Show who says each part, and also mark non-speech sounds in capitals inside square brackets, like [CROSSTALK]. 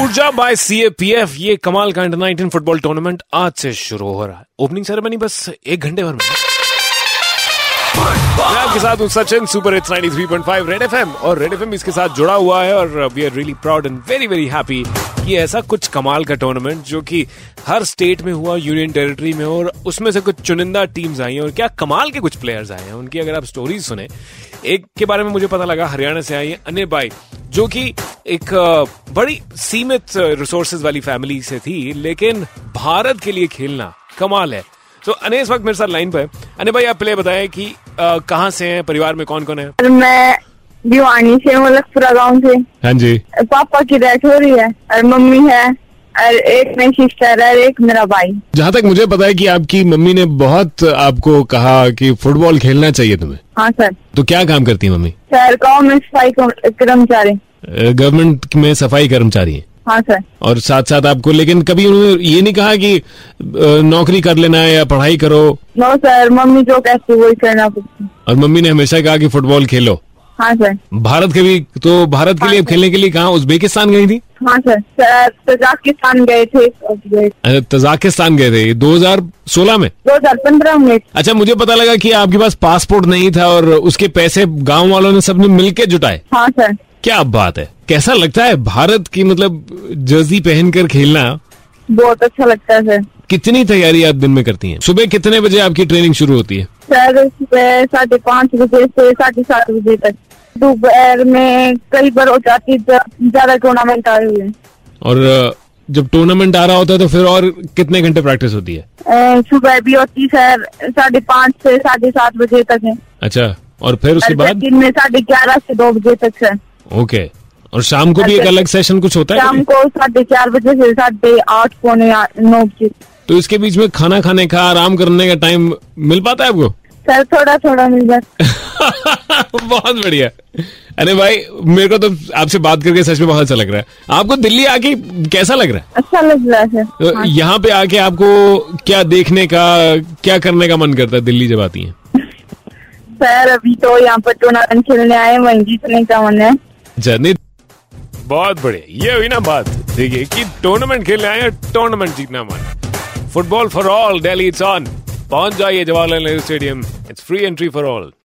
Speaker 1: ऊर्जा by CAPF ये कमाल का अंडर 19 फुटबॉल टूर्नामेंट आज से शुरू हो रहा है ओपनिंग सेरेमनी बस एक घंटे भर में मैं आपके साथ हूं Sachin super hits 93.5 red FM और रेड एफएम इसके साथ जुड़ा हुआ है और we are really proud and very very happy कि ऐसा कुछ कमाल का टूर्नामेंट जो कि हर स्टेट में हुआ यूनियन टेरिटरी में और उसमें से कुछ चुनिंदा टीम्स आई हैं और क्या कमाल के कुछ प्लेयर्स आए हैं उनकी अगर आप स्टोरीज सुने एक के बारे में मुझे पता लगा हरियाणा से आई है अनिल बाई जो कि एक अ, बड़ी सीमित रिसोर्सेज वाली फैमिली से थी लेकिन भारत के लिए खेलना कमाल है तो अने इस वक्त मेरे साथ लाइन पर है अने भाई आप पहले बताएं कि अ, कहाँ से हैं परिवार में कौन कौन है
Speaker 2: और मैं भिवानी से हूँ लखपुरा गांव से
Speaker 1: हाँ जी
Speaker 2: पापा की डेथ हो रही है और मम्मी है और एक मेरी सिस्टर है और एक मेरा भाई
Speaker 3: जहाँ तक मुझे पता है कि आपकी मम्मी ने बहुत आपको कहा कि फुटबॉल खेलना चाहिए तुम्हें
Speaker 2: हाँ सर
Speaker 3: तो क्या काम करती है मम्मी
Speaker 2: सर गांव में सफाई कर्म- कर्मचारी
Speaker 3: अ, गवर्नमेंट में सफाई कर्मचारी हैं
Speaker 2: हाँ सर
Speaker 3: और साथ साथ आपको लेकिन कभी उन्होंने ये नहीं कहा कि अ, नौकरी कर लेना है या पढ़ाई करो
Speaker 2: नो सर मम्मी जो कहती है वही करना पड़ता है।
Speaker 3: और मम्मी ने हमेशा कहा कि फुटबॉल खेलो
Speaker 2: हाँ सर
Speaker 3: भारत के भी तो भारत के लिए खेलने के लिए कहा उज्बेकिस्तान गई थी
Speaker 2: हाँ सर सर तजाकिस्तान गए थे दो
Speaker 3: अ, तजाकिस्तान गए थे 2016 में
Speaker 2: हजार पंद्रह में
Speaker 3: अच्छा मुझे पता लगा कि आपके पास पासपोर्ट नहीं था और उसके पैसे गांव वालों ने सबने मिलके जुटाए
Speaker 2: हाँ सर
Speaker 3: क्या बात है कैसा लगता है भारत की मतलब जर्सी पहनकर खेलना
Speaker 2: बहुत अच्छा लगता है सर
Speaker 3: कितनी तैयारी आप दिन में करती हैं सुबह कितने बजे आपकी ट्रेनिंग शुरू होती है
Speaker 2: सर सुबह साढ़े पाँच बजे से साढ़े सात बजे तक दोपहर में कई बार हो जाती है, ज- ज्यादा टूर्नामेंट आए हुए हैं।
Speaker 3: और अ, जब टूर्नामेंट आ रहा होता है तो फिर और कितने घंटे प्रैक्टिस होती है
Speaker 2: अ, सुबह भी होती सर साढ़े पाँच से साढ़े सात बजे तक है
Speaker 3: अच्छा और फिर उसके
Speaker 2: और
Speaker 3: बाद
Speaker 2: दिन में साढ़े ग्यारह से दो बजे तक सर
Speaker 3: ओके और शाम को भी एक
Speaker 2: अच्छा।
Speaker 3: अलग सेशन कुछ होता है
Speaker 2: शाम को साढ़े चार बजे से साढ़े आठ पौने आ- नौ बजे
Speaker 3: तो इसके बीच में खाना खाने का आराम करने का टाइम मिल पाता है आपको
Speaker 2: सर थोड़ा थोड़ा मिल जाता
Speaker 3: [LAUGHS] बहुत बढ़िया अरे भाई मेरे को तो आपसे बात करके सच में बहुत अच्छा लग रहा है आपको दिल्ली आके कैसा लग रहा है
Speaker 2: अच्छा लग रहा है
Speaker 3: तो
Speaker 2: सर हाँ।
Speaker 3: यहाँ पे आके आपको क्या देखने का क्या करने का मन करता है दिल्ली जब आती हैं
Speaker 2: सर अभी तो यहाँ पर टूर्नामेंट खेलने आए हैं, वहीं जीतने का मन है
Speaker 3: अच्छा नहीं
Speaker 1: बहुत बड़े ये हुई ना बात देखिए कि टूर्नामेंट खेलने आए टूर्नामेंट जीतना हमारा football for all Delhi it's on पहुंच जाइए Jawaharlal Nehru stadium it's free entry for all